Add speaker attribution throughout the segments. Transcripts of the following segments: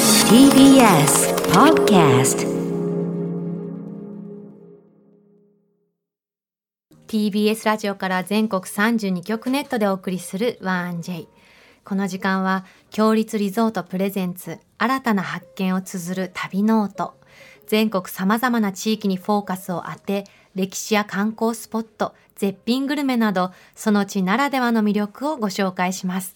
Speaker 1: TBS Podcast
Speaker 2: TBS ラジオから全国32局ネットでお送りする「1J」この時間は「強立リゾートプレゼンツ新たな発見」を綴る旅ノート全国さまざまな地域にフォーカスを当て歴史や観光スポット絶品グルメなどその地ならではの魅力をご紹介します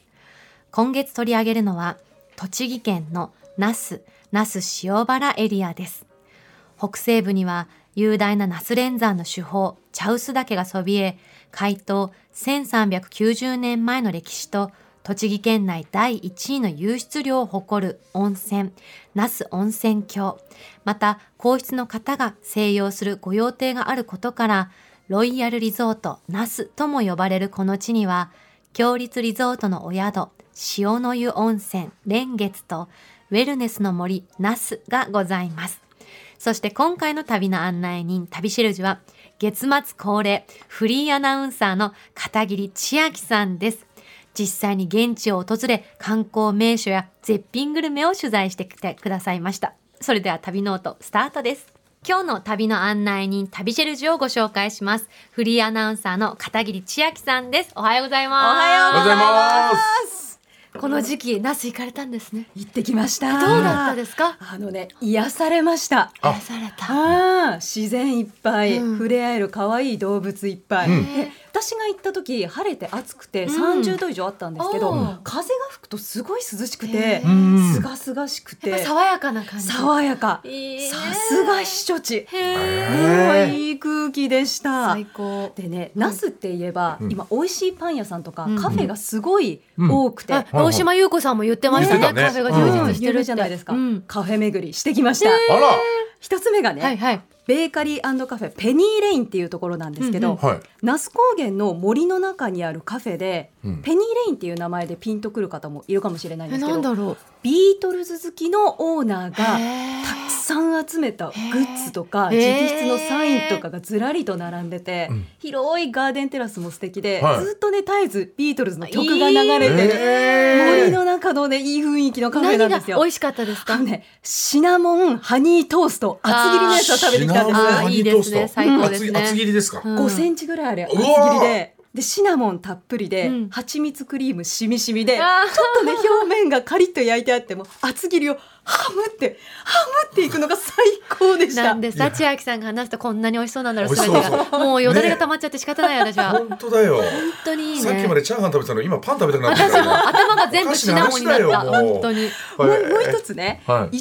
Speaker 2: 今月取り上げるのは栃木県の那須那須塩原エリアです北西部には雄大な那須連山の主峰茶臼岳がそびえ開湯1390年前の歴史と栃木県内第1位の湧出量を誇る温泉那須温泉郷また皇室の方が静養する御用邸があることからロイヤルリゾート那須とも呼ばれるこの地には強立リゾートのお宿潮の湯温泉蓮月とウェルネスの森那須がございますそして今回の旅の案内人、旅しるじは、月末恒例、フリーアナウンサーの片桐千秋さんです。実際に現地を訪れ、観光名所や絶品グルメを取材してきてくださいました。それでは旅ノート、スタートです。今日の旅の案内人、旅シェルジュをご紹介します。フリーアナウンサーの片桐千秋さんです。おはようございます。
Speaker 3: おはようござ
Speaker 2: す。
Speaker 3: います。
Speaker 2: この時期、那須行かれたんですね。
Speaker 3: 行ってきました。。
Speaker 2: どうだったですすか
Speaker 3: あのね、癒されました。
Speaker 2: 癒やされた。
Speaker 3: あー自然いっぱい、
Speaker 2: うん
Speaker 3: 触れ合える可愛い動物いっぱい、
Speaker 2: ん
Speaker 3: で私が行った時晴れて暑くて
Speaker 2: うん
Speaker 3: 30度以上あったんですけど、
Speaker 2: おー
Speaker 3: 風が吹くとすごい涼しく
Speaker 2: へ
Speaker 3: て
Speaker 2: ー
Speaker 3: すがすがしく
Speaker 2: やってぱ爽やかな感じ。
Speaker 3: 爽やか
Speaker 2: いいね
Speaker 3: さすが避暑地
Speaker 2: へー
Speaker 3: もういい空気でした
Speaker 2: 最高。
Speaker 3: でね那須っていえば、
Speaker 4: うん
Speaker 3: 今美味しいパン屋さんとか、
Speaker 2: うん
Speaker 3: カフェがすごい多くて、
Speaker 2: あ、大島優子さんも言ってましたね。
Speaker 4: 言って
Speaker 2: カ
Speaker 4: たね
Speaker 2: フェが充実して
Speaker 3: 有
Speaker 2: るっ
Speaker 3: 名
Speaker 2: て
Speaker 3: じゃないですか、
Speaker 2: うん
Speaker 3: カフェ巡りしてきました、
Speaker 4: あら、
Speaker 3: 一つ目がね、
Speaker 2: はいはい。
Speaker 3: ベーカリーカフェペニーレインっていうところなんですけど、
Speaker 2: うんうん
Speaker 4: はい。
Speaker 3: 那須高原の森の中にあるカフェで、
Speaker 4: うん
Speaker 3: ペニーレインっていう名前でピンとくる方もいるかもしれないんで
Speaker 2: え、
Speaker 3: す
Speaker 2: な
Speaker 3: け
Speaker 2: ん
Speaker 3: ど
Speaker 2: だろう。
Speaker 3: ビートルズ好きのオーナーが
Speaker 2: へー
Speaker 3: たくさん集めたグッズとか
Speaker 2: へー
Speaker 3: 直筆のサインとかがずらりと並んでて、
Speaker 4: うん
Speaker 3: 広いガーデンテラスも素敵で、
Speaker 4: はい
Speaker 3: ずっとね絶えずビートルズの曲が流れてる、森
Speaker 4: え
Speaker 3: の中のねいい雰囲気のカフ
Speaker 2: 何
Speaker 3: ェなん
Speaker 2: が
Speaker 3: です
Speaker 2: 美
Speaker 3: よ。
Speaker 2: 味しかったです
Speaker 3: あ
Speaker 2: か
Speaker 3: の。ね、シナモンハニートースト厚切りのやつを食べてきたんです
Speaker 4: あーシナモン
Speaker 2: あ
Speaker 4: ハ
Speaker 2: ー、
Speaker 4: ニ
Speaker 2: いい
Speaker 4: ー
Speaker 2: で
Speaker 4: トー
Speaker 2: す
Speaker 4: スト
Speaker 2: ね。最高です
Speaker 4: ー、厚切
Speaker 2: ね。
Speaker 4: りですか。
Speaker 2: うん
Speaker 3: 5センチぐらいあれ厚
Speaker 4: うわ
Speaker 3: 切
Speaker 4: ー
Speaker 3: りででシナモンたっぷりで、
Speaker 2: うん
Speaker 3: 蜂蜜クリームしみしみでちょ
Speaker 2: あー
Speaker 3: っとね表面がカリッと焼いてあっても厚切りをハムってハムっていくのが最高でし
Speaker 2: な
Speaker 3: た
Speaker 2: んでさ、千秋さんが話すとこんなに美味しそうなんだろう、
Speaker 4: 美味
Speaker 2: 全
Speaker 4: してそう
Speaker 2: が。もうよだれが溜まっちゃって仕方 ない、私は。本
Speaker 4: 本当だよ。
Speaker 2: 当にいいね。
Speaker 4: さっきまでチャーハン食べてたのに今パン食べたくなってきた
Speaker 2: 私も頭が全部シナモンになった。
Speaker 4: おかしな話だよもう
Speaker 2: 本当に。
Speaker 3: もう
Speaker 4: はい
Speaker 3: もう一つね、
Speaker 4: はい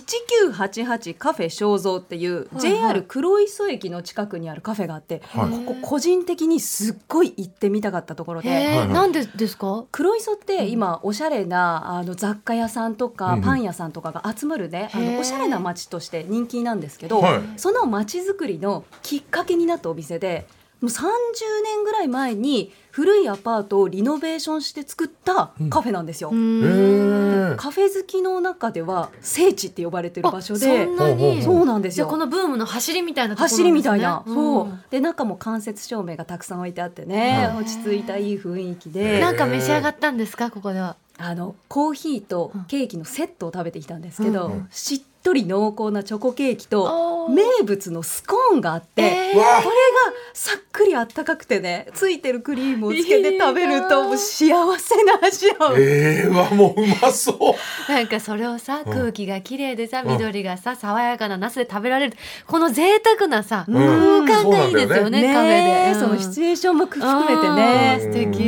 Speaker 3: 1988カフェ肖像っていう
Speaker 2: はい
Speaker 3: JR 黒磯駅の近くにあるカフェがあって、
Speaker 4: はい
Speaker 3: ここ個人的にすっごい行ってみたかったところで。
Speaker 2: へ
Speaker 4: は
Speaker 2: ー
Speaker 4: い
Speaker 2: なんでですか。
Speaker 3: 黒磯って今おしゃれなあの雑貨屋さんと
Speaker 4: うん
Speaker 3: か
Speaker 4: うん
Speaker 3: パン屋さんとかが集まるねあ
Speaker 2: へー
Speaker 3: のおしゃれな街として人気なんですけど
Speaker 4: はい
Speaker 3: その街づくりのきっかけになったお店でもう30年ぐらい前に古いアパートをリノベーションして作ったカフェなんですよ
Speaker 2: う。
Speaker 4: え
Speaker 2: ん。
Speaker 4: ー。
Speaker 3: カフェ好きの中では聖地って呼ばれてる場所
Speaker 2: あそ
Speaker 3: で
Speaker 2: んな
Speaker 4: ほうほ
Speaker 2: に。
Speaker 4: う
Speaker 3: そうなんです
Speaker 2: じゃあ
Speaker 3: よ
Speaker 2: こ。のブームの走りみたいなところなんです
Speaker 3: 走
Speaker 2: ね
Speaker 3: りみたいな、そ
Speaker 2: ん
Speaker 3: うで中も間接照明がたくさん置いてあってね、
Speaker 4: はい
Speaker 3: 落ち着いたいい雰囲気
Speaker 4: へ
Speaker 3: で
Speaker 4: ー
Speaker 2: なんか召し上がったんですかここでは。
Speaker 3: あのコーヒーとケーキのセットを食べてきたんですけど、
Speaker 4: うんうん
Speaker 3: しっとり濃厚なチョコケーキと
Speaker 2: 目
Speaker 3: 名物のスコーンがあって、
Speaker 2: えー
Speaker 4: わ
Speaker 3: これがさっくりあったかくてねついてるクリームをつけて食べるともう幸せな味
Speaker 4: あ。
Speaker 3: を、
Speaker 4: ええー、わもううまそう。
Speaker 2: なんかそれをさ空気が綺麗でさ
Speaker 4: ん
Speaker 2: 緑がさ爽やかなナスで食べられるこの贅沢なさ
Speaker 3: うん
Speaker 2: 空間
Speaker 4: そう
Speaker 2: が
Speaker 4: な
Speaker 2: い
Speaker 4: いんだ
Speaker 2: で
Speaker 4: よ
Speaker 2: すよねカ
Speaker 3: ね
Speaker 2: フェでうん。
Speaker 3: そのシチュエーションも含めてね
Speaker 2: う
Speaker 4: うんん
Speaker 2: 素
Speaker 3: うん
Speaker 2: 敵。
Speaker 3: 満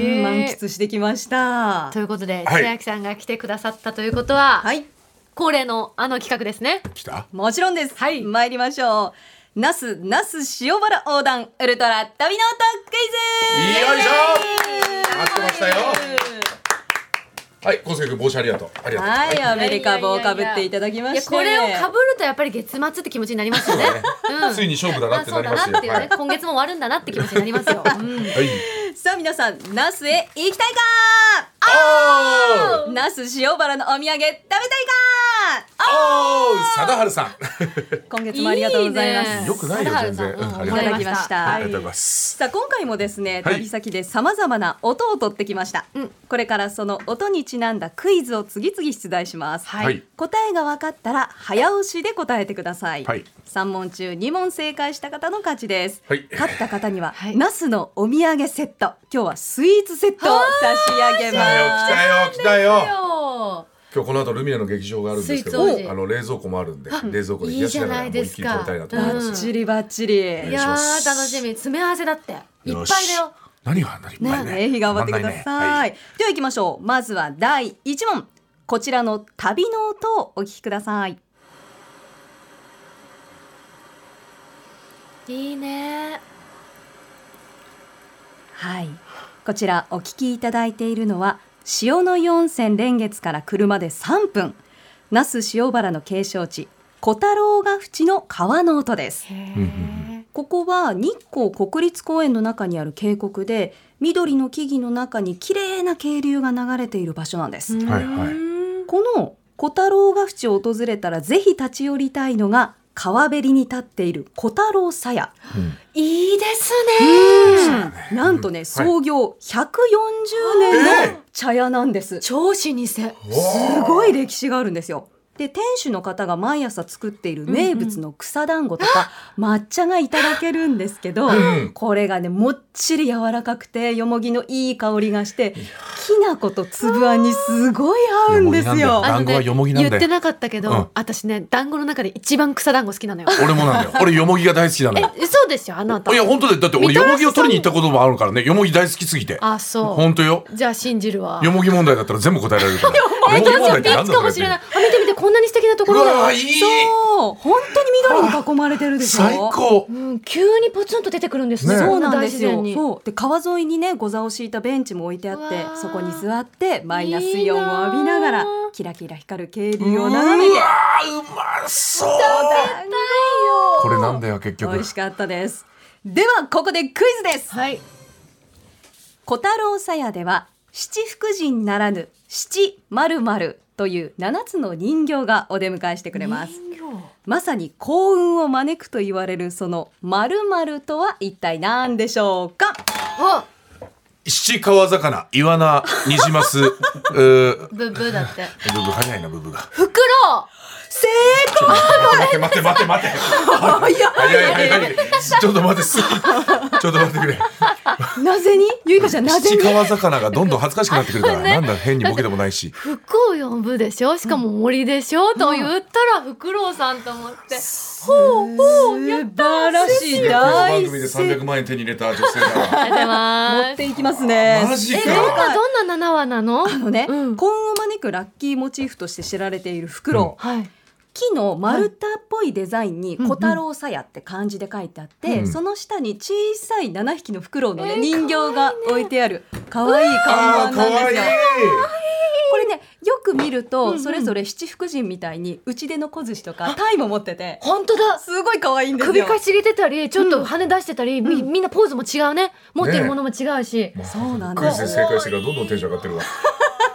Speaker 3: 喫してきました
Speaker 2: と。いうことで
Speaker 4: はい
Speaker 2: 千秋さんが来てくださったということは、
Speaker 3: はい
Speaker 2: 恒例のあの企画ですね。
Speaker 4: 来た。
Speaker 3: もちろんです、
Speaker 2: はい
Speaker 3: 参りましょう那須那須塩原横断ウルトラ旅の音クイズ
Speaker 4: よいしょ
Speaker 3: 待
Speaker 4: 待ってましたよはい、小杉君帽子ありがとう。ありがとう。
Speaker 3: はい、ア
Speaker 2: い
Speaker 3: メリカ帽をかぶっていただきま
Speaker 2: いや
Speaker 3: して
Speaker 2: これをかぶるとやっぱり月末って気持ちになりますよね。うん
Speaker 4: ついに勝負だなっ
Speaker 2: そ
Speaker 4: てな
Speaker 2: う
Speaker 4: り
Speaker 2: だ
Speaker 4: ます
Speaker 2: な
Speaker 4: よ。
Speaker 2: っていうね、今月も終わるんだなって気持ちになりますよ。 うん
Speaker 4: はい。
Speaker 3: さあ皆さん、ナスへ行きたいか
Speaker 4: あ
Speaker 3: ナス塩原のお土産食べたいかお
Speaker 4: おー貞治さん。
Speaker 3: 今月もありがとうございます
Speaker 2: いいね
Speaker 4: よくないよ全
Speaker 2: 貞治
Speaker 4: 然
Speaker 2: さん
Speaker 4: うんあ
Speaker 3: い
Speaker 4: り
Speaker 3: た
Speaker 4: がとう
Speaker 3: だきました、
Speaker 4: ありがとうございます。
Speaker 3: さあ今回もですね
Speaker 4: はい
Speaker 3: 旅先でさまざまな音を取ってきました、
Speaker 2: うん
Speaker 3: これからその音にちなんだクイズを次々出題します、
Speaker 4: はいはい
Speaker 3: 答えが分かったら早押しで答えてください、
Speaker 4: はい
Speaker 3: 3問中2問正解した方の勝ちです、
Speaker 4: はい
Speaker 3: 勝った方には、
Speaker 2: はい
Speaker 3: ナスのお土産セット今日はスイーツセットを差し上げ
Speaker 4: 来たよ
Speaker 3: ます
Speaker 4: 来たよ来たよ。
Speaker 2: よ
Speaker 4: 今日この後ルミネの劇場があるんですけ
Speaker 2: スイーツ王子
Speaker 4: ど、あの冷蔵庫もあるんで冷蔵庫で冷やしながらもう一気に食べたいなと思いま
Speaker 2: うん
Speaker 4: す。
Speaker 3: バッチリバッチリ
Speaker 2: い
Speaker 4: お
Speaker 2: や
Speaker 4: 願いしま
Speaker 2: ー
Speaker 4: す
Speaker 2: 楽しみ詰め合わせだっていっぱいだ
Speaker 4: よし
Speaker 2: よ。
Speaker 4: 何があんなにいっぱいね。
Speaker 3: ぜひ頑張ってくだ
Speaker 4: たまん
Speaker 3: さ。
Speaker 4: ない
Speaker 3: では行きましょう。まずは第一問。こちらの旅の音をお聞きください。
Speaker 2: いいね
Speaker 3: はい。こちらお聞きいただいているのは塩の湯温泉蓮月から車で3分、那須塩原の景勝地小太郎ヶ淵の川の音です。
Speaker 4: うんう
Speaker 3: ここは日光国立公園の中にある渓谷で緑の木々の中に綺麗な渓流が流れている場所なんです。
Speaker 4: はいはい
Speaker 3: この小太郎ヶ淵を訪れたらぜひ立ち寄りたいのが川べりに立っている小太郎さや、
Speaker 4: はいうん
Speaker 2: いいですね。
Speaker 3: なんとね、
Speaker 4: い
Speaker 3: 創業140年の茶屋なんです、す
Speaker 2: 超老舗。
Speaker 4: おー
Speaker 3: ごい歴史があるんですよで店主の方が毎朝作っている名物の草団子とか抹茶がいただけるんですけど、
Speaker 4: ん
Speaker 3: これがねもっちり柔らかくてよもぎのいい香りがしてきな粉とつぶあんにすごい合うんです
Speaker 4: よもぎなん
Speaker 3: よ
Speaker 4: だ。団子はよもぎなんだ
Speaker 2: 言
Speaker 4: よ
Speaker 2: ってなかったけど、
Speaker 4: うん
Speaker 2: 私ね団子の中で一番草団子好きなのよ。
Speaker 4: 俺もなんだよ。俺よもぎが大好きなのよ。
Speaker 2: えそうですよあなた
Speaker 4: い。や本当でだって俺
Speaker 2: みた
Speaker 4: よ
Speaker 2: らしさん
Speaker 4: もぎを取りに行ったこともあるからね。よもぎ大好きすぎて。
Speaker 2: あそ
Speaker 4: 本当よ。
Speaker 2: う。じゃあ信じるわ。
Speaker 4: よもぎ問題だったら全部答えられ るから。よもぎ問題
Speaker 2: 私
Speaker 4: っ
Speaker 2: は
Speaker 4: て
Speaker 2: ピ
Speaker 4: な
Speaker 2: ン
Speaker 4: んだ
Speaker 2: チ
Speaker 4: そ
Speaker 2: かも
Speaker 4: れっ
Speaker 2: してれない。あ見て見てこんなに素敵なとこ
Speaker 4: う
Speaker 2: ろだよ
Speaker 4: わーいい。
Speaker 3: そう本当に緑に囲まれてるでしょ
Speaker 4: 最高。
Speaker 2: うん、急にポツンと出てくるんですね。
Speaker 4: ね
Speaker 2: こ
Speaker 3: そう
Speaker 2: な
Speaker 3: なん
Speaker 2: 大
Speaker 3: で
Speaker 2: 自
Speaker 3: すよ
Speaker 2: 然に。
Speaker 3: そうで川沿いにねご座を敷いたベンチも置いてあっ
Speaker 2: うわ
Speaker 3: て
Speaker 2: ー
Speaker 3: そこに座ってマイナスイオンを浴びなが
Speaker 2: い
Speaker 3: ら
Speaker 2: いな
Speaker 3: キラキラ光る渓流
Speaker 4: うわ
Speaker 3: を
Speaker 4: ー
Speaker 3: 眺めて
Speaker 4: うまそう。こ
Speaker 3: こ
Speaker 4: れなんだよ結局
Speaker 3: 美味。しかったですではここでクイズです
Speaker 2: はい。
Speaker 3: 小太郎さやでは七福神ならぬ七〇〇という7つの人形がお出迎えしてくれますまさに幸運を招くと言われるその〇〇とは一体何でしょうか
Speaker 2: お
Speaker 4: 七川魚イワナニジマス。うー
Speaker 2: ブブーだって。
Speaker 4: ブブ早いなブブが。
Speaker 2: 袋。
Speaker 3: 正解
Speaker 4: 待って待って待って待って。
Speaker 3: 早い
Speaker 4: 早い早い。ちょっと待ってす。ちょっと待ってくれ。
Speaker 3: なぜにゆいかちゃんなぜ
Speaker 4: 七
Speaker 3: に
Speaker 4: 川魚がどんどん恥ずかしくなってくるから。なんだ変にボケでもないし。
Speaker 2: 服を呼ぶでしょしかも森でしょ、と言ったらフクロウさんと思って、
Speaker 3: ほうほう素晴らしい
Speaker 4: クイズ番
Speaker 3: 大
Speaker 4: 組で
Speaker 3: 正
Speaker 4: 300
Speaker 3: 解
Speaker 4: 万円手に入れた女性だ。
Speaker 2: ありがとうござい
Speaker 3: 持
Speaker 2: ま
Speaker 3: っ
Speaker 2: す
Speaker 3: ていきますね
Speaker 4: マジか
Speaker 3: え
Speaker 4: どん
Speaker 2: 今
Speaker 3: 正解
Speaker 2: どんな7話なの
Speaker 3: あのね、
Speaker 2: うん
Speaker 3: 幸運を招くラッキーモチーフとして知られているフクロウ、
Speaker 2: はい
Speaker 3: 木の丸太っぽいデザインに「
Speaker 2: んうん
Speaker 3: 小太郎さや」って漢字で書いてあって、
Speaker 4: うん
Speaker 3: その下に小さい7匹のフクロウの、ね
Speaker 2: えー
Speaker 3: 人形が置いてある可愛い看板なん
Speaker 4: 可
Speaker 3: です
Speaker 4: 愛
Speaker 3: よ。これねよく見ると、それぞれ七福神みたいに打ち出の小槌とかタイも持ってて
Speaker 2: 本当だ
Speaker 3: すごい可愛いんですよ。
Speaker 2: 首かしげてたりちょっと羽出してたり、みみんなポーズも違うね持ってる
Speaker 4: ね
Speaker 2: ものも違うし、
Speaker 4: い。
Speaker 3: そうなん
Speaker 4: ク
Speaker 3: で
Speaker 4: イ
Speaker 3: す
Speaker 4: ズで正解してからどんどんテンション上がってるわ。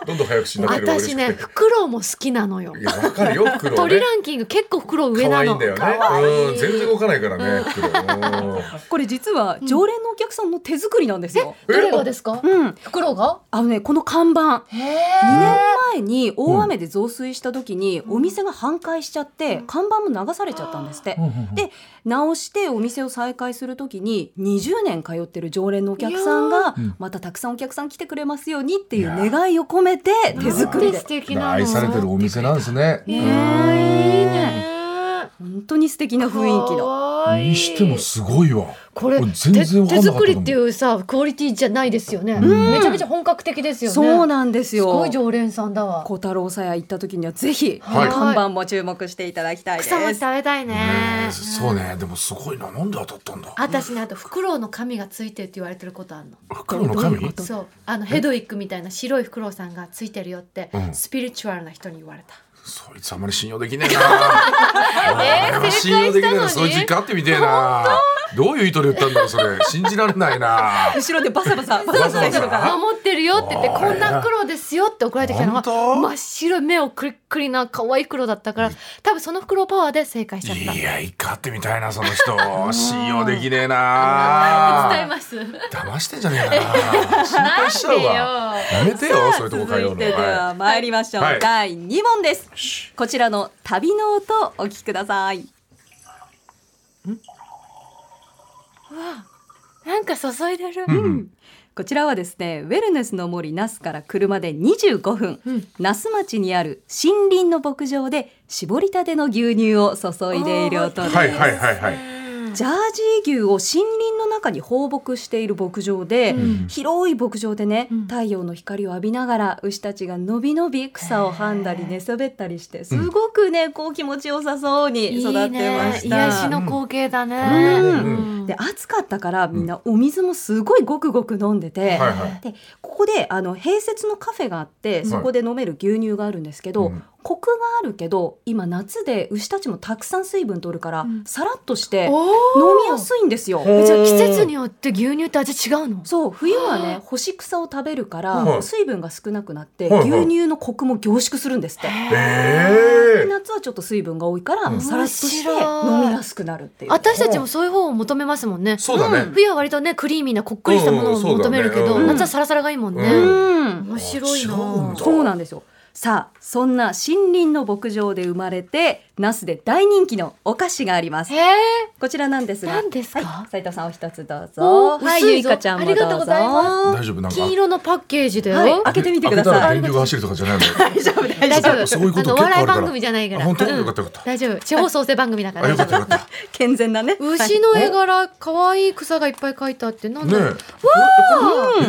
Speaker 4: どんどん早口になってるわ。嬉
Speaker 2: 私
Speaker 4: し
Speaker 2: ね
Speaker 4: くて
Speaker 2: フクロウも好きなのよ
Speaker 4: いやわかるよフクロウ
Speaker 2: 鳥
Speaker 4: ね。
Speaker 2: ランキング結構フクロウ上
Speaker 4: 可
Speaker 2: な
Speaker 4: 愛いん
Speaker 2: の
Speaker 4: だよね。
Speaker 2: 可愛い
Speaker 4: うん全然動かないからね。フクロウうん
Speaker 3: これ実は常連のお客さんの手作りなんですよ。
Speaker 2: どれがですか、
Speaker 3: うん、
Speaker 2: フクロウが
Speaker 3: あのねこの看板
Speaker 2: へ
Speaker 3: 2
Speaker 2: え
Speaker 3: 年前に大雨で増水した時にお店が半壊しちゃって看板も流されちゃったんですって。で直してお店を再開する時に20年通ってる常連のお客さんが
Speaker 4: うん
Speaker 3: またたくさんお客さん来てくれますようにっていう願いを込めて手作
Speaker 2: なんて
Speaker 3: りで
Speaker 2: 素敵なの
Speaker 4: 愛されてるお店なんですね。
Speaker 2: ねえいいね
Speaker 3: 本当に素敵な雰囲気の。
Speaker 2: かわいい
Speaker 4: にしてもすごいわ。
Speaker 2: これ
Speaker 4: これ全然わかん
Speaker 2: 手手
Speaker 4: なかったかも
Speaker 2: 作りっていうさクオリティじゃないですよね、
Speaker 4: ん
Speaker 2: めちゃめちゃ本格的ですよね
Speaker 3: そうん
Speaker 2: で
Speaker 3: なんです
Speaker 2: す
Speaker 3: よ。
Speaker 2: ごい常連さんだわ
Speaker 3: 小太郎さや行った時にはぜひこ
Speaker 2: はい
Speaker 3: の看板も注目していただきたいです。
Speaker 2: 草餅食べたいね
Speaker 4: ねえそうね。でもすごいな。なんで当たったんだ。
Speaker 2: 私ねあとフクロウの髪がついてるって言われてることあるの
Speaker 4: フクロウの神
Speaker 3: どういうこと
Speaker 2: そうあのヘドウィックみたいな白いフクロウさんがついてるよって、
Speaker 4: うん
Speaker 2: スピリチュアルな人に言われた
Speaker 4: そいつあんまり信用できねえな。え
Speaker 2: えー
Speaker 4: 信用できねえな。
Speaker 2: 正
Speaker 4: そ
Speaker 2: 解
Speaker 4: いつ
Speaker 2: したのに
Speaker 4: 一回会ってみてえな。どういう意図で言ったんだろうそれ信じられな いな
Speaker 3: 後ろでバサバサバサバサ
Speaker 4: バサバサ
Speaker 3: やったのか
Speaker 2: 守ってるよって言って
Speaker 4: あー
Speaker 2: こんな黒ですよって送られてきたのが
Speaker 4: 本当
Speaker 2: 真っ白目をくりっくりな可愛い黒だったから多分その袋パワーで正解しちゃった
Speaker 4: いや一回会ってみたいなその人信用できねえな
Speaker 2: 伝えます
Speaker 4: 騙してんじゃねえかな心配しちゃうわやめてよそういうとこ通
Speaker 3: 続
Speaker 4: う
Speaker 3: い
Speaker 4: の
Speaker 3: てでは参りましょう、
Speaker 4: はい
Speaker 3: 第2問です
Speaker 4: い
Speaker 3: こちらの旅の音をお聞きください
Speaker 2: なんか注いでる、
Speaker 3: うんこちらはですねウェルネスの森那須から車で25分、
Speaker 2: うん
Speaker 3: 那須町にある森林の牧場で搾りたての牛乳を注いでいる音です、
Speaker 4: はいはいはいはい
Speaker 3: ジャージー牛を森林の中に放牧している牧場で、
Speaker 2: ん
Speaker 3: 広い牧場でね、
Speaker 2: うん
Speaker 3: 太陽の光を浴びながら牛たちがのびのび草をはんだり寝そべったりしてすごくねこう気持ちよさそうに育ってま
Speaker 2: い
Speaker 3: した。
Speaker 2: いね癒しの光景だね、
Speaker 3: うん
Speaker 2: うん
Speaker 3: で暑かったからみんなお水もすごいごくごく飲んでて、
Speaker 4: はいはい
Speaker 3: でここであの併設のカフェがあってそこで飲める牛乳があるんですけど、
Speaker 4: うん
Speaker 3: コクがあるけど今夏で牛たちもたくさん水分取るから、
Speaker 2: ん
Speaker 3: さらっとして飲
Speaker 2: お
Speaker 3: みやすいんですよ。
Speaker 2: ーじゃあ季節によって牛乳って味違うの
Speaker 3: そう冬はね干し草を食べるから、
Speaker 4: はい
Speaker 3: 水分が少なくなって、
Speaker 4: はいはい
Speaker 3: 牛乳のコクも凝縮するんですって。
Speaker 4: ええ
Speaker 3: 夏はちょっと水分が多いから、
Speaker 4: うん
Speaker 3: さらっとして
Speaker 2: 面白い
Speaker 3: 飲みやすくなるっていう。
Speaker 2: 私たちもそういう方を求めますもんね
Speaker 4: そうだね
Speaker 2: 冬は割とねクリーミーなこっくりしたもの
Speaker 4: う
Speaker 2: を
Speaker 4: んそうだね
Speaker 2: 求めるけど、
Speaker 4: うん
Speaker 2: 夏はサラサラがいいもんね、
Speaker 4: うん
Speaker 3: うん
Speaker 2: 面白いな
Speaker 4: あ違うんだ
Speaker 3: そうなんですよ。さあそんな森林の牧場で生まれて那須で大人気のお菓子があります
Speaker 2: へえ
Speaker 3: こちらなんですが
Speaker 2: 何ですか
Speaker 3: はい、斉藤さんお一つどう
Speaker 2: お
Speaker 3: ぞ
Speaker 2: ー
Speaker 3: はい
Speaker 2: 薄
Speaker 3: ゆ
Speaker 2: い
Speaker 3: い
Speaker 2: ぞ
Speaker 3: かちゃんもどうぞ
Speaker 2: ありがとうございま
Speaker 4: 大丈夫なんか
Speaker 2: 金色のパッケージだよ、
Speaker 3: はい開けてみてくだ
Speaker 4: 開けた
Speaker 3: さ
Speaker 4: ら
Speaker 3: い
Speaker 4: 電流が走るとかじゃないの
Speaker 3: 大丈夫大
Speaker 2: 大
Speaker 3: 丈
Speaker 2: 丈
Speaker 3: 夫
Speaker 2: 夫
Speaker 4: そういうこ
Speaker 2: あ
Speaker 4: と
Speaker 2: のお
Speaker 4: 結構あ
Speaker 2: 笑
Speaker 4: る
Speaker 2: い
Speaker 4: から
Speaker 2: 番組じゃないから
Speaker 4: あ本当
Speaker 2: うん
Speaker 4: よかったよかっ
Speaker 2: 大丈夫地方創生番組だか
Speaker 4: たあ
Speaker 2: ら
Speaker 4: よかったよかっ
Speaker 3: 健全なね
Speaker 2: 牛の絵柄可愛い草がいっぱい描いてあってな
Speaker 4: た
Speaker 2: んだろう、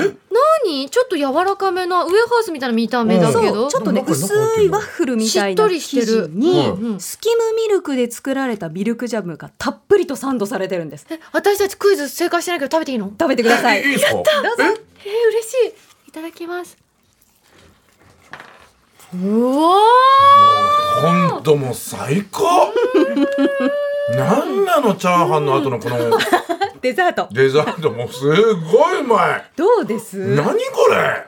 Speaker 4: ね
Speaker 2: 何ちょっと柔らかめなウエハースみたいな見た目だけ
Speaker 3: そ
Speaker 2: ど、
Speaker 3: うちょっとね
Speaker 4: でもなん
Speaker 3: 薄
Speaker 4: か
Speaker 3: いワッフルみたいな生地
Speaker 2: しっとりしてるう
Speaker 3: に
Speaker 2: ん
Speaker 3: スキムミルクで作られたミルクジャムがたっぷりとサンドされてるんです
Speaker 2: え私たちクイズ正解してないけど食べていいの
Speaker 3: 食べてくださ
Speaker 4: え
Speaker 3: い
Speaker 4: いいですか
Speaker 3: どうぞ
Speaker 2: えー、嬉しいいただきますうわ
Speaker 4: 今度も最高なんなのチャーハンの後のこの
Speaker 3: デザート
Speaker 4: デザートもすごいうまい
Speaker 3: どうです
Speaker 4: 何これ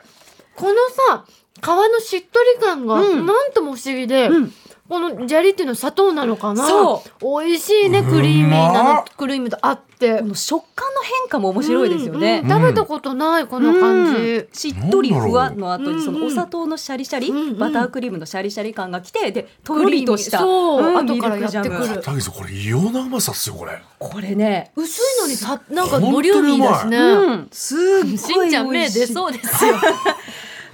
Speaker 2: このさ皮のしっとり感が
Speaker 3: うん
Speaker 2: なんとも不思議で、
Speaker 3: うん
Speaker 2: このジャリっていうのは砂糖なのかな
Speaker 3: そ
Speaker 2: 美味しいねクリーミー
Speaker 4: う
Speaker 2: な
Speaker 4: ま
Speaker 2: の
Speaker 4: っ
Speaker 2: クリームと合って
Speaker 3: この食感の変化も面白いですよね
Speaker 2: うんうん食べたことないこの感じ、
Speaker 3: しっとりふわ
Speaker 4: なん
Speaker 3: の後に
Speaker 2: う
Speaker 3: そ
Speaker 2: ん
Speaker 3: の
Speaker 2: うん
Speaker 3: お砂糖のシャリシャリ、
Speaker 2: うんうん
Speaker 3: バタークリームのシャリシャリ感がきてでと
Speaker 2: ク
Speaker 3: ろ
Speaker 2: リーミ
Speaker 3: り
Speaker 2: ー
Speaker 3: とした
Speaker 2: そう
Speaker 3: うん
Speaker 2: 後から
Speaker 3: ミルクジャム
Speaker 2: やってくる
Speaker 4: 大さんこれ異様なうまさっすよこれ
Speaker 3: これね、
Speaker 2: 薄いのにさなんかボリューミーですね、
Speaker 3: うん、すっご
Speaker 2: しん
Speaker 3: い
Speaker 2: ち
Speaker 3: 美
Speaker 2: ゃん目
Speaker 3: 味しい
Speaker 2: 出そうですよ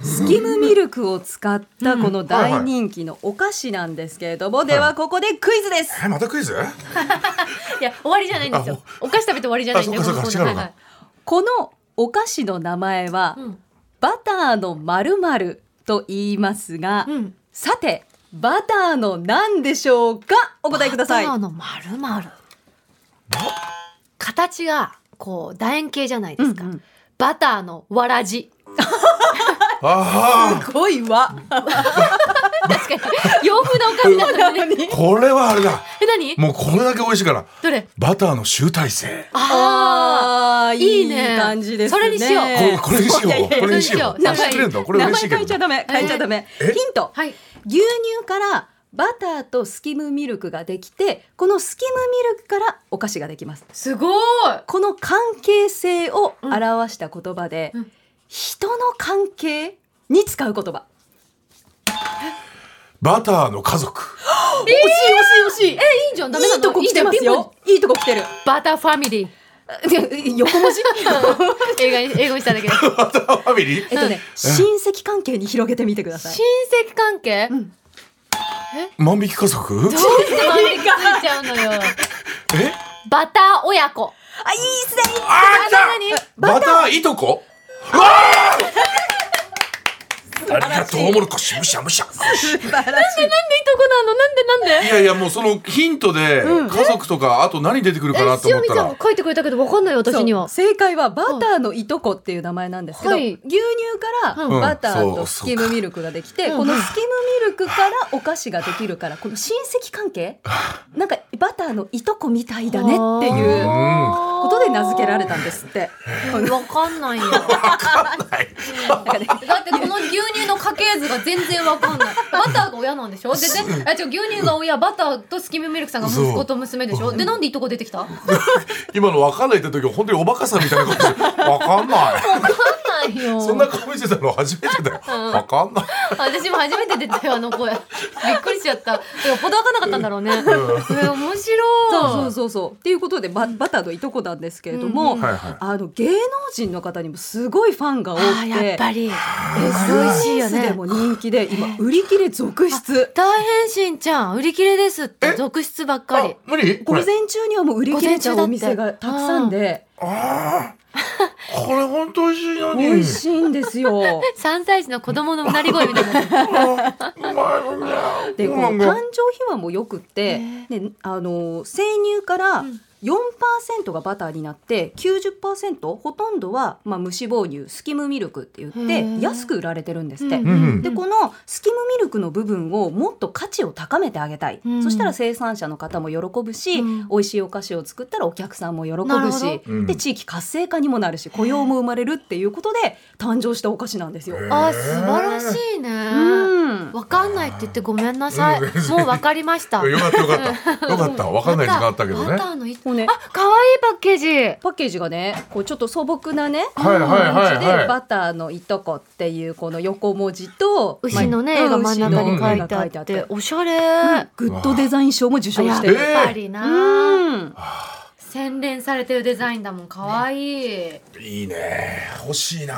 Speaker 3: スキムミルクを使ったこの大人気のお菓子なんですけれども、ではここでクイズです、
Speaker 4: えまたクイズ
Speaker 2: いや終わりじゃないんですよお菓子食べて終わりじゃないんで
Speaker 4: あそうかそうか違うのか
Speaker 2: はい
Speaker 3: このお菓子の名前
Speaker 2: は
Speaker 3: は、
Speaker 2: いうん
Speaker 3: バターのまるまると言いますが、
Speaker 2: うん
Speaker 3: さてバターの何でしょうかお答えください
Speaker 2: バターの丸々形がこう楕円形じゃないですか、
Speaker 3: うんうん
Speaker 2: バターのわらじ
Speaker 4: あ
Speaker 3: すごい わ
Speaker 2: 確かに洋風なお菓子なのに、ね、
Speaker 4: あこれはあれだ
Speaker 2: え何
Speaker 4: もうこれだけ美味しいから
Speaker 2: どれ
Speaker 4: バターの集大成
Speaker 2: あ
Speaker 3: ああ
Speaker 2: い
Speaker 3: い
Speaker 2: い
Speaker 3: い
Speaker 2: ね
Speaker 3: 感じですね。
Speaker 2: それにしよう
Speaker 4: これこれにしようこれにしよ
Speaker 2: こ
Speaker 4: う
Speaker 2: れ
Speaker 4: 知
Speaker 2: にしよう
Speaker 4: ってるんだこれ
Speaker 3: 名
Speaker 4: 嬉
Speaker 3: 前
Speaker 4: しいけ
Speaker 3: 変えちゃ
Speaker 4: ど
Speaker 3: ダメ変えちゃダメ。ヒント
Speaker 2: あ。はい
Speaker 3: 牛乳からバターとスキムミルクができてこのスキムミルクからお菓子ができます。
Speaker 2: すごい
Speaker 3: この関係性を表した言葉で、
Speaker 2: うんうん
Speaker 3: 人の関係に使う言葉。
Speaker 4: バターの家族
Speaker 3: 惜しい惜しい惜しい。え
Speaker 2: いいじゃんダメない
Speaker 3: いとこ来てますよ。いいとこ来てる。
Speaker 2: バターファミ リー
Speaker 3: 横文字。
Speaker 2: 英語に英語にしたんだけど
Speaker 4: バターファミ
Speaker 3: え
Speaker 4: リ
Speaker 3: っ
Speaker 4: ー
Speaker 3: とね親戚関係に広げてみてください
Speaker 2: 親。戚関係、
Speaker 3: ん
Speaker 4: 万引き家族
Speaker 2: どうして万引きついちゃうのよ
Speaker 4: え
Speaker 2: バター親子
Speaker 3: あいいですね。
Speaker 4: あー来た
Speaker 2: 何
Speaker 4: バターいとこわーありがとうトウモロコシむしゃむしゃ
Speaker 3: 素晴らし
Speaker 2: なん
Speaker 3: い。
Speaker 2: でいとこなのなんでなんで
Speaker 4: いやいやもうそのヒントで家族とかあと何出てくるかなと
Speaker 2: 塩
Speaker 4: 思っ
Speaker 2: 見
Speaker 4: た
Speaker 2: ちゃん
Speaker 4: ら
Speaker 2: が書いてくれたけどわかんない私には
Speaker 3: そう正解はバターのいとこっていう名前なんですけど、
Speaker 2: はい
Speaker 3: 牛乳から
Speaker 2: うん
Speaker 3: バター
Speaker 4: そ
Speaker 3: と
Speaker 4: う
Speaker 3: スキムミルクができて、
Speaker 2: そうか
Speaker 3: このスキムミルクからお菓子ができるからこの親戚関係なんかバターのいとこみたいだねっていうことで名付けられたんですって。
Speaker 2: わかんないよ。
Speaker 3: なん かね
Speaker 2: だってこの牛乳の家系図が全然わかんない。バターが親なんでしょで、で、あ、違う、牛乳が親、バターとスキムミルクさんが息子と娘でしょで、なんでいとこ出てきたわかん
Speaker 4: 今の分かんないって時は本当におバカさんみたいな感じで分かんない
Speaker 2: ないよ。
Speaker 4: そんな顔してたの初めてだよ分かんない
Speaker 2: 私も初めて出たよ、あの声。びっくりしちゃった。よっぽどわかんなかったんだろうね。え、面
Speaker 3: そうそ
Speaker 2: 白
Speaker 3: う
Speaker 2: い。
Speaker 3: そうそうっていうことでババターのいとこなんですけれど
Speaker 2: う
Speaker 3: も、
Speaker 2: ん
Speaker 4: はいはい
Speaker 3: あの芸能人の方にもすごいファンが多く
Speaker 2: あー、やってぱり。
Speaker 3: SNS でも人気で今売り切れ続出
Speaker 2: 大変身ちゃん、売り切れですって、続出ばっかり
Speaker 4: あ。無理こ
Speaker 3: 午
Speaker 4: れ
Speaker 3: 前中にはもう売り切れちゃうお店がたくさんで
Speaker 4: あーこれ本当美味しいのに
Speaker 3: 美味しいんですよ。
Speaker 2: 3歳児の子供のうなり声みたいになってる。
Speaker 4: あーうまいもんね
Speaker 3: でこの誕
Speaker 4: うまいもん
Speaker 3: 生秘話もよくって、であの生乳から
Speaker 2: うん
Speaker 3: 4%がバターになって90%ほとんどは、まあ、無脂肪乳スキムミルクって言
Speaker 2: へー
Speaker 3: って安く売られてるんですって。
Speaker 2: うん
Speaker 4: うんうん
Speaker 3: でこのスキムミルクの部分をもっと価値を高めてあげたい、
Speaker 2: うん
Speaker 3: そしたら生産者の方も喜ぶし、
Speaker 2: うん
Speaker 3: 美味しいお菓子を作ったらお客さんも喜
Speaker 2: なる
Speaker 3: ぶ
Speaker 2: ほど
Speaker 3: し、
Speaker 4: うん
Speaker 3: で地域活性化にもなるし雇用も生まれるっていうことで誕生したお菓子なんですよ。
Speaker 4: へー
Speaker 2: あ、素晴らしいね。
Speaker 3: うん
Speaker 2: わかんないって言ってごめんなさい。
Speaker 4: うん
Speaker 2: もうわかりました。
Speaker 4: よかったよかったよかった分かんない時間あったけど
Speaker 2: バ
Speaker 4: ね
Speaker 2: ターの一
Speaker 3: こうね
Speaker 2: あ、可愛いパッケージ。
Speaker 3: パッケージがねこうちょっと素朴なね
Speaker 4: はいはいはいはい
Speaker 3: 感じでバターのいとこっていうこの横文字と
Speaker 2: 牛のね、絵
Speaker 3: ま
Speaker 2: が
Speaker 3: あ
Speaker 2: 真ん中に書
Speaker 3: う
Speaker 2: い
Speaker 3: ん
Speaker 2: てあって、おしゃ
Speaker 3: うん
Speaker 2: れ。
Speaker 3: グッドデザイン賞も受賞
Speaker 2: や
Speaker 3: し
Speaker 2: って
Speaker 3: る。
Speaker 2: ぱりな。
Speaker 3: うん
Speaker 2: 洗練されてるデザインだもん、可愛い。
Speaker 4: いいね欲しいな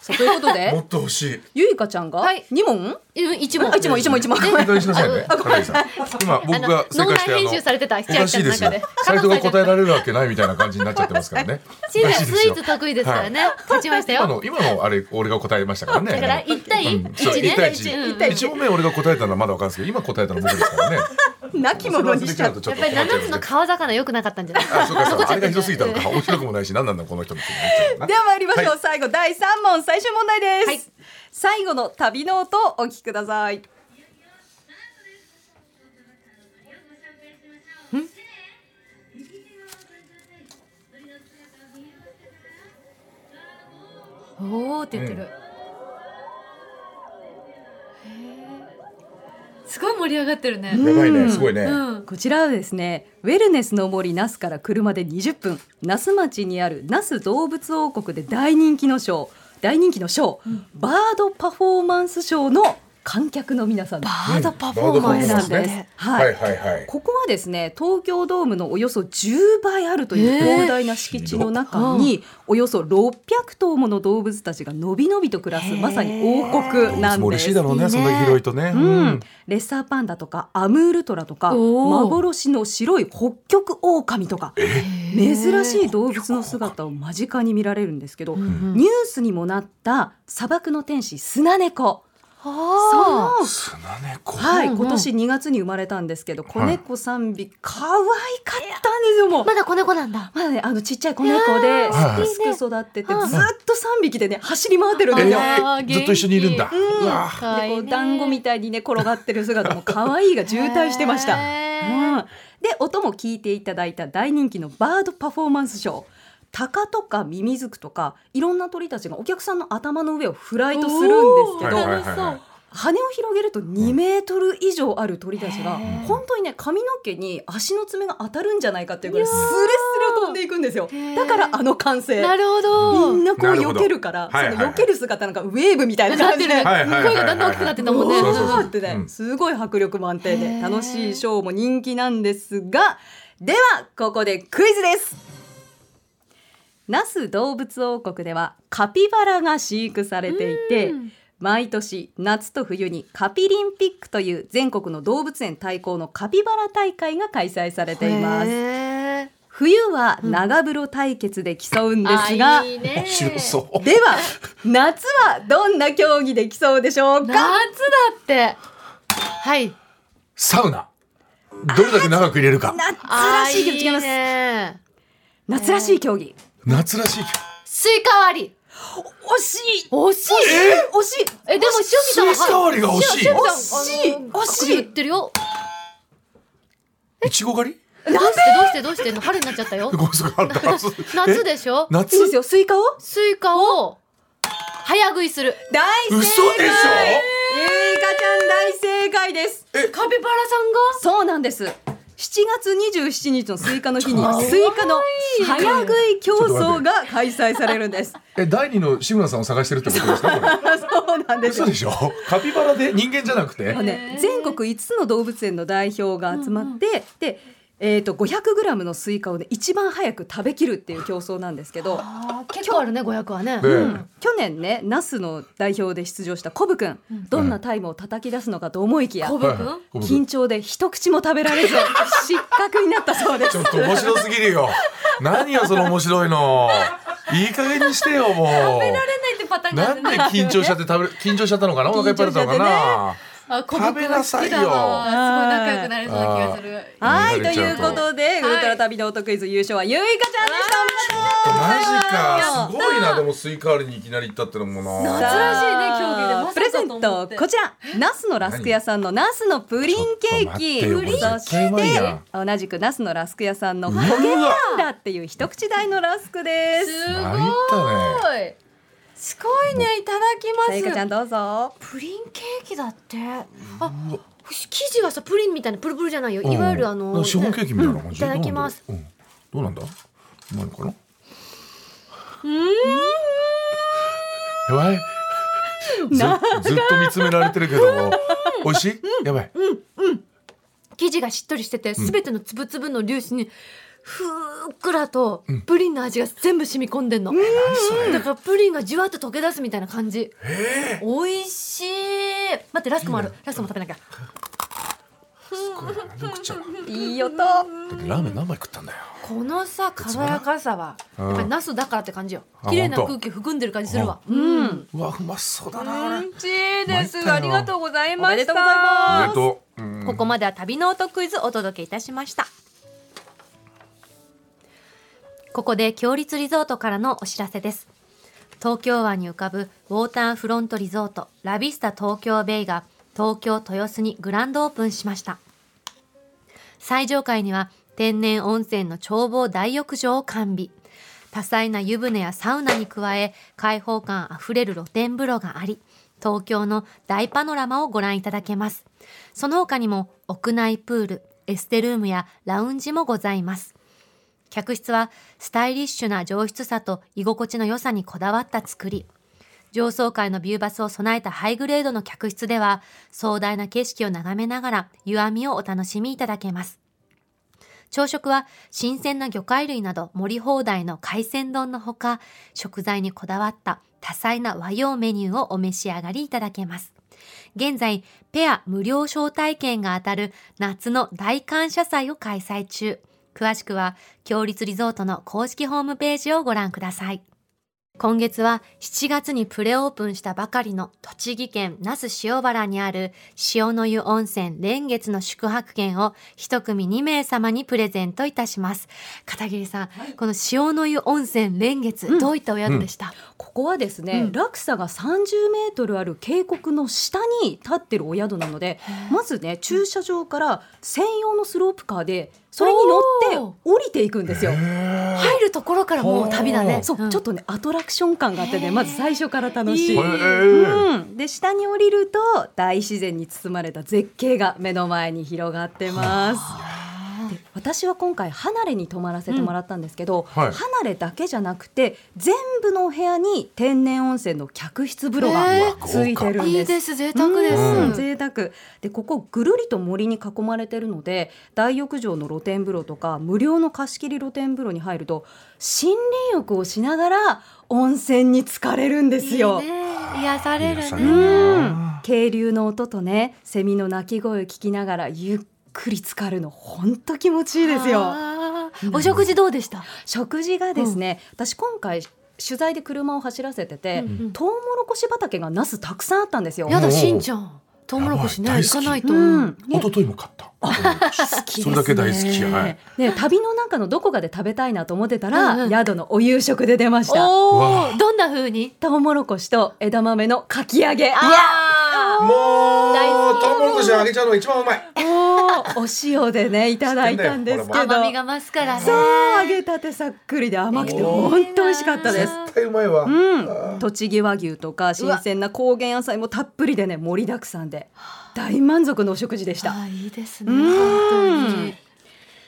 Speaker 3: そうということ
Speaker 4: も
Speaker 3: で
Speaker 4: っと欲しい
Speaker 3: ゆいかちゃんが
Speaker 2: はい
Speaker 3: 2問
Speaker 2: え一問
Speaker 3: あ。一問一問一問
Speaker 4: 正解しなさいね
Speaker 2: あ
Speaker 4: 高木さん今僕が正
Speaker 2: 脳
Speaker 4: 解
Speaker 2: 内
Speaker 4: してあの
Speaker 2: 編集されてた、
Speaker 4: お
Speaker 2: 七
Speaker 4: か
Speaker 2: 谷
Speaker 4: し
Speaker 2: さ
Speaker 4: い
Speaker 2: んの
Speaker 4: です
Speaker 2: 中で
Speaker 4: ね。サイトが答えら
Speaker 2: れ。
Speaker 4: れるわけないみたいな感じになっちゃってますからね
Speaker 2: シー
Speaker 4: お
Speaker 2: ラ
Speaker 4: かしいですよ
Speaker 2: スイーツ得意ですからね。勝ちました
Speaker 4: 今
Speaker 2: よ。
Speaker 4: の今のあれ俺が答えましたからね
Speaker 2: だから一対一
Speaker 4: う
Speaker 2: ね
Speaker 4: んそう一対一
Speaker 2: うん
Speaker 4: 一対一一問目俺が答えたのはまだわかるんですけど今答えたの僕ですからね
Speaker 3: なき者にしちゃっ
Speaker 4: そ
Speaker 2: やっ
Speaker 4: れ
Speaker 2: ぱ
Speaker 4: は
Speaker 2: り
Speaker 4: それでちょ
Speaker 2: 七
Speaker 4: っと困っちゃう
Speaker 2: つの川魚良くなかったんじゃない
Speaker 4: あそうかそうかあれがひどすぎたのか面白くもないし何なんだこの人みたいになっちゃうな
Speaker 3: では参りましょう、
Speaker 4: は
Speaker 3: 最後第3問最終問題です、
Speaker 2: はい
Speaker 3: 最後の旅の音をお聞きください
Speaker 2: おーって言ってる、
Speaker 4: うん
Speaker 2: へーすごい盛り上がってるね、
Speaker 4: やばいねすごいね
Speaker 2: うん、
Speaker 3: こちらはですねウェルネスの森那須から車で20分那須町にある那須動物王国で大人気のショー大人気のショー、バードパフォーマンスショーの観客の皆さんです
Speaker 2: ハードパフォーマンス
Speaker 3: な
Speaker 2: なんん
Speaker 3: で
Speaker 2: ですす、
Speaker 3: ね
Speaker 4: は
Speaker 3: はいい
Speaker 4: はいはい
Speaker 3: ここはですね東京ドームのおよそ10倍あるという広大な敷地の中におよそ600頭もの動物たちがのびのびと暮らす
Speaker 2: へー
Speaker 3: まさに王国なん
Speaker 4: も
Speaker 3: で
Speaker 4: 嬉しい
Speaker 3: す
Speaker 4: だ。ろうね
Speaker 2: いいね
Speaker 4: そんな広いとね
Speaker 3: うん、レッサーパンダとかアムールトラとか
Speaker 2: おー
Speaker 3: 幻の白い北極狼とか珍しい動物の姿を間近に見られるんですけど、
Speaker 2: うん
Speaker 3: ニュースにもなった砂漠の天使スナネコその
Speaker 2: は
Speaker 4: 砂猫
Speaker 3: はい、
Speaker 2: うんうん
Speaker 3: 今年2月に生まれたんですけど、子
Speaker 4: はい
Speaker 3: 猫3匹、可愛かったんですよ、もう
Speaker 2: あ。まだ子猫なんだ
Speaker 3: まだね、あのちっちゃい子猫で、
Speaker 4: やー
Speaker 3: すくすく育ってて、ず
Speaker 2: は
Speaker 3: ー
Speaker 2: い
Speaker 3: っと3匹でね、走り回ってるんですよ。
Speaker 4: えーずっと一緒にいるんだうわー
Speaker 3: で、こう、団子み
Speaker 2: た
Speaker 3: たいにね、転がってる姿も可愛いが渋滞してました。うん、で、音も聞いていただいた大人気のバードパフォーマンスショー。タカとかミミズクとかいろんな鳥たちがお客さんの頭の上をフライトするんですけ
Speaker 4: はい
Speaker 3: ど、
Speaker 4: はいはいはい
Speaker 3: 羽を広げると2メートル以上ある鳥たちが
Speaker 2: へー
Speaker 3: 本当にね髪の毛に足の爪が当たるんじゃないかっていうぐらい
Speaker 2: い
Speaker 3: ス
Speaker 2: や
Speaker 3: レ
Speaker 2: ー
Speaker 3: スレ飛んでいくんですよ
Speaker 2: へー
Speaker 3: だからあの歓声
Speaker 2: なるほど
Speaker 3: みんなこう
Speaker 4: なるほ
Speaker 3: 避
Speaker 4: ど
Speaker 3: けるから
Speaker 4: はいはいはい
Speaker 3: その避ける姿なんかウェーブみたいな
Speaker 2: なっ
Speaker 3: 感じ
Speaker 2: て
Speaker 3: で
Speaker 2: るね、
Speaker 4: はいはいはいは
Speaker 2: 声
Speaker 4: い
Speaker 2: がだんだん大きくなってたもんね
Speaker 4: そうそう
Speaker 3: わ
Speaker 4: そう
Speaker 3: ーってね
Speaker 4: うん
Speaker 3: すごい迫力満点
Speaker 2: へ
Speaker 3: で
Speaker 2: ー
Speaker 3: 楽しいショーも人気なんですがではここでクイズです那須動物王国ではカピバラが飼育されていて
Speaker 2: うん
Speaker 3: 毎年夏と冬にカピリンピックという全国の動物園対抗のカピバラ大会が開催されています
Speaker 2: へー
Speaker 3: 冬は長風呂対決で競うんですが、
Speaker 2: あいいね
Speaker 4: 面白そう
Speaker 3: では夏はどんな競技で競うでしょ
Speaker 2: 夏
Speaker 3: うか
Speaker 2: だってはい
Speaker 4: サウナどれだけ長く入れるか
Speaker 3: 夏らしい競技違います
Speaker 2: ます
Speaker 3: 夏らしい競技
Speaker 4: 夏らしい
Speaker 2: スイカ割り
Speaker 3: 惜しい
Speaker 2: 惜しい
Speaker 3: 惜しい
Speaker 2: えでもしおみさんは
Speaker 4: スイカ割りが惜しい
Speaker 2: 塩見さん
Speaker 3: 惜しい
Speaker 2: あの
Speaker 3: 惜しい
Speaker 2: 言ってるよ
Speaker 4: いちご狩り
Speaker 2: どうしてどうしてどうして春になっちゃったよ
Speaker 4: ごめんなさいあれ夏
Speaker 2: 夏
Speaker 4: え
Speaker 2: でしょ
Speaker 3: いいで
Speaker 4: 夏
Speaker 3: すよスイカを
Speaker 2: スイカを早食いする
Speaker 3: 大正解
Speaker 4: 嘘でしょ
Speaker 3: イカちゃん大正解です
Speaker 2: カピバラさんが
Speaker 3: そうなんです7月27日のスイカの日にスイカの早食い競争が開催されるんです
Speaker 4: え第二の志村さんを探してるってことですかこれ
Speaker 3: そうなんです
Speaker 4: 嘘でしょカピバラで人間じゃなくて
Speaker 3: あのね、全国5つの動物園の代表が集まって、で、えー、と500グラムのスイカを、ね、一番早く食べきるっていう競争なんですけど、
Speaker 2: あー結構あるね500はね、
Speaker 4: ええ
Speaker 3: うん去年ね那須の代表で出場したコブくん、どんなタイムを叩き出すのかと思いきや、
Speaker 2: コブ
Speaker 4: はい
Speaker 2: くん
Speaker 4: はいコブ君
Speaker 3: 緊張で一口も食べられ ず失格になったそうです
Speaker 4: ちょっと面白すぎるよ何よその面白いのいい加減にしてよもう
Speaker 2: ないってパタ
Speaker 4: なんで緊張しちゃって食べ緊張しちゃったのかなお腹いっぱいだったのかな
Speaker 2: あコブ
Speaker 4: 食
Speaker 2: く
Speaker 4: べ
Speaker 2: ん好
Speaker 4: な
Speaker 2: き
Speaker 4: さいよ
Speaker 2: だわすごい仲良くなれそうな気がする
Speaker 3: はいと
Speaker 4: 見られち
Speaker 3: い
Speaker 4: ゃ
Speaker 3: う
Speaker 4: うと
Speaker 3: ことで、ウルトラ旅の音クイズ優勝はゆいかちゃんでしたおめでとう
Speaker 4: マジかすごいなでもスイカ割りにいきなり行ったってのもな
Speaker 2: 夏らしいね競技でまさかと思って
Speaker 3: プレゼントこちらナスのラスク屋さんのナスのプリンケーキ
Speaker 4: ちょっと
Speaker 3: そ
Speaker 4: 待って
Speaker 3: し
Speaker 4: よこれ絶対うまい
Speaker 3: て
Speaker 4: や
Speaker 3: 同じくナスのラスク屋さんの
Speaker 4: う
Speaker 3: ポ
Speaker 4: わ
Speaker 3: ケパンダっていう一口大のラスクです
Speaker 2: すごい
Speaker 4: 参った
Speaker 2: すごいねいただき
Speaker 3: さゆかちゃ
Speaker 2: ま
Speaker 3: んどうぞ
Speaker 2: すプリンケーキだってあ生地がさプリンみたいなプルプルじゃないよいわゆるあの、
Speaker 4: うんシフォンケーキみたいな感
Speaker 2: うんい
Speaker 4: じ
Speaker 2: ただきます
Speaker 4: うんどうなんだうまいのかなやばいずずっと見つめられてるけど美味しいやばい
Speaker 2: 生地がしっとりしててすべてのつぶつぶの粒子にふっくらとプリンの味が全部染み込んでんの、だからプリンがじわっと溶け出すみたいな感じ美味しい待ってラスクもあるラスクも食べなきゃ
Speaker 4: でも食っちゃう
Speaker 3: いい音
Speaker 4: だってラーメン何杯食ったんだよ
Speaker 2: このさ軽やかさは
Speaker 4: うん
Speaker 2: やっぱりナスだからって感じよ
Speaker 4: あ
Speaker 2: 綺麗な
Speaker 4: ほんと
Speaker 2: 空気含んでる感じするわ
Speaker 3: うん
Speaker 4: うわうまそうだな俺
Speaker 2: ちい
Speaker 4: です参ったよありがと
Speaker 2: うござい
Speaker 3: ましたおめでとうございま
Speaker 4: おめでとううん
Speaker 2: ここまでは旅の音クイズお届けいたしましたここで強立リゾートからのお知らせです東京湾に浮かぶウォーターフロントリゾートラビスタ東京ベイが東京豊洲にグランドオープンしました最上階には天然温泉の眺望大浴場を完備多彩な湯船やサウナに加え開放感あふれる露天風呂があり東京の大パノラマをご覧いただけますその他にも屋内プールエステルームやラウンジもございます客室はスタイリッシュな上質さと居心地の良さにこだわった作り上層階のビューバスを備えたハイグレードの客室では壮大な景色を眺めながら湯あみをお楽しみいただけます朝食は新鮮な魚介類など盛り放題の海鮮丼のほか食材にこだわった多彩な和洋メニューをお召し上がりいただけます現在ペア無料招待券が当たる夏の大感謝祭を開催中詳しくは強立リゾートの公式ホームページをご覧ください今月は7月にプレオープンしたばかりの栃木県那須塩原にある塩の湯温泉連月の宿泊券を一組2名様にプレゼントいたします片桐さん、この塩の湯温泉連月、どういったお宿でした、
Speaker 3: ここはですね、落差が30メートルある渓谷の下に立ってるお宿なのでまずね駐車場から専用のスロープカーでそれに乗って降りていくんですよ。
Speaker 2: 入るところからもう旅だね
Speaker 3: そう、
Speaker 2: ん
Speaker 3: ちょっとねアトラクション感があってねまず最初から楽しい。
Speaker 4: へー
Speaker 3: うん、で下に降りると大自然に包まれた絶景が目の前に広がってます。で私は今回離れに泊まらせてもらったんですけど、
Speaker 4: うんはい
Speaker 3: 離れだけじゃなくて全部のお部屋に天然温泉の客室風呂
Speaker 2: え
Speaker 3: が
Speaker 4: ー
Speaker 3: ついてるん
Speaker 2: い
Speaker 3: で
Speaker 2: い
Speaker 3: す。
Speaker 2: です贅沢です、
Speaker 3: うん
Speaker 2: ぜ
Speaker 3: 贅沢でここぐるりと森に囲まれてるので大浴場の露天風呂とか無料の貸し切り露天風呂に入ると森林浴をしながら温泉に浸かれるんですよ。
Speaker 2: いいね癒される
Speaker 4: 癒され
Speaker 2: ね
Speaker 4: る
Speaker 3: うん、渓流の音とねセミの鳴き声聞きながらゆっくり浸かるのほんと気持ちいいですよ
Speaker 2: あーお食事どうでした
Speaker 3: 食事がですね、私今回取材で車を走らせてて、
Speaker 2: うんうん
Speaker 3: トウモロコシ畑がナスたくさんあったんですよ。
Speaker 2: や
Speaker 4: う
Speaker 2: だ
Speaker 4: ん
Speaker 2: しんちゃんトウモロコシね
Speaker 4: やばい大
Speaker 2: 行か
Speaker 4: 好き
Speaker 2: ないと、
Speaker 3: うん、ね
Speaker 4: 一昨日も買った
Speaker 3: 好きですね
Speaker 4: それだけ大好きはい
Speaker 3: ね旅の中のどこかで食べたいなと思ってたら、
Speaker 2: うんうん
Speaker 3: 宿のお夕食で出ました
Speaker 4: う
Speaker 2: お
Speaker 4: わ
Speaker 2: おどんな風に
Speaker 3: トウモロコシと枝豆のかき揚げ
Speaker 2: あ
Speaker 4: もう
Speaker 2: 大好き
Speaker 4: トウモロコシをあげちゃうのが一番うまい
Speaker 2: ー
Speaker 3: お塩でねいただいたんですけど
Speaker 2: 甘みが増すからね
Speaker 3: そう揚げたてさっくりで甘くて本当美味しかったです。
Speaker 4: 絶対うまいわ。
Speaker 3: うん、栃木和牛とか新鮮な高原野菜もたっぷりでね盛りだくさんで大満足のお食事でした
Speaker 2: あいいですね
Speaker 3: うーん
Speaker 2: 本当に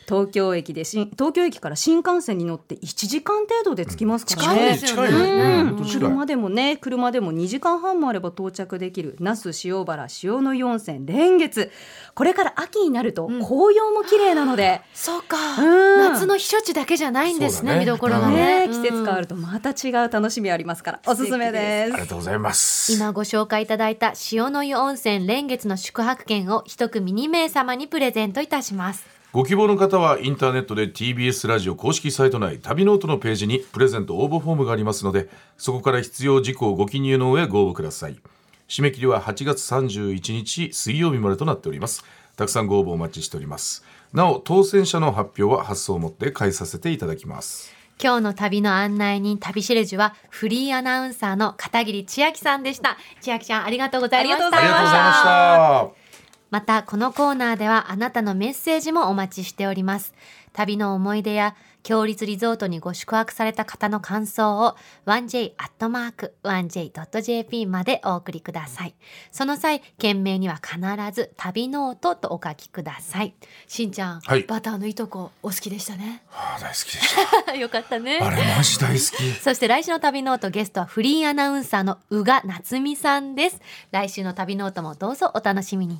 Speaker 3: 東京駅で新東京駅から新幹線に乗って1時間程度で着きますから
Speaker 2: 近い
Speaker 3: ね
Speaker 2: ですよ
Speaker 4: 近
Speaker 2: ね
Speaker 4: いですね。
Speaker 3: うん
Speaker 4: ほんと近い。
Speaker 3: 車でもね車でも2時間半もあれば到着できる那須塩原塩の温泉連月これから秋になると
Speaker 2: ん
Speaker 3: 紅葉も綺麗なので、
Speaker 2: そうか、
Speaker 3: うん
Speaker 2: 夏の避暑地だけじゃないんですね
Speaker 4: そうだね
Speaker 2: 見どころがね
Speaker 3: ね、季節変わるとまた違う楽しみありますからおすすめで
Speaker 4: ありが
Speaker 3: す
Speaker 4: とうございます。
Speaker 2: 今ご紹介いただいた塩の湯温泉連月の宿泊券を一組2名様にプレゼントいたします
Speaker 5: ご希望の方はインターネットで TBS ラジオ公式サイト内旅ノートのページにプレゼント応募フォームがありますのでそこから必要事項をご記入の上ご応募ください締め切りは8月31日水曜日までとなっておりますたくさんご応募お待ちしておりますなお当選者の発表は発送をもって返させていただきます
Speaker 2: 今日の旅の案内人旅しるじはフリーアナウンサーの片桐千秋さんでした千秋ちゃんありがとうございました
Speaker 3: あ
Speaker 5: ありがとう
Speaker 3: りがとうご
Speaker 5: ご
Speaker 3: ざ
Speaker 5: ざい
Speaker 3: いま
Speaker 5: ま
Speaker 3: し
Speaker 5: した
Speaker 2: またこのコーナーではあなたのメッセージもお待ちしております旅の思い出や強立リゾートにご宿泊された方の感想を 1j.1j.jp までお送りくださいその際件名には必ず旅ノートとお書きくださいしんちゃん、
Speaker 5: はい
Speaker 2: バターのいとこお好きでしたね
Speaker 4: あー大好きで し
Speaker 2: よかった
Speaker 4: た。あ
Speaker 2: ね
Speaker 4: れマジ大好き。
Speaker 2: そして来週の旅ノートゲストはフリーアナウンサーの宇賀夏美さんです来週の旅ノートもどうぞお楽しみに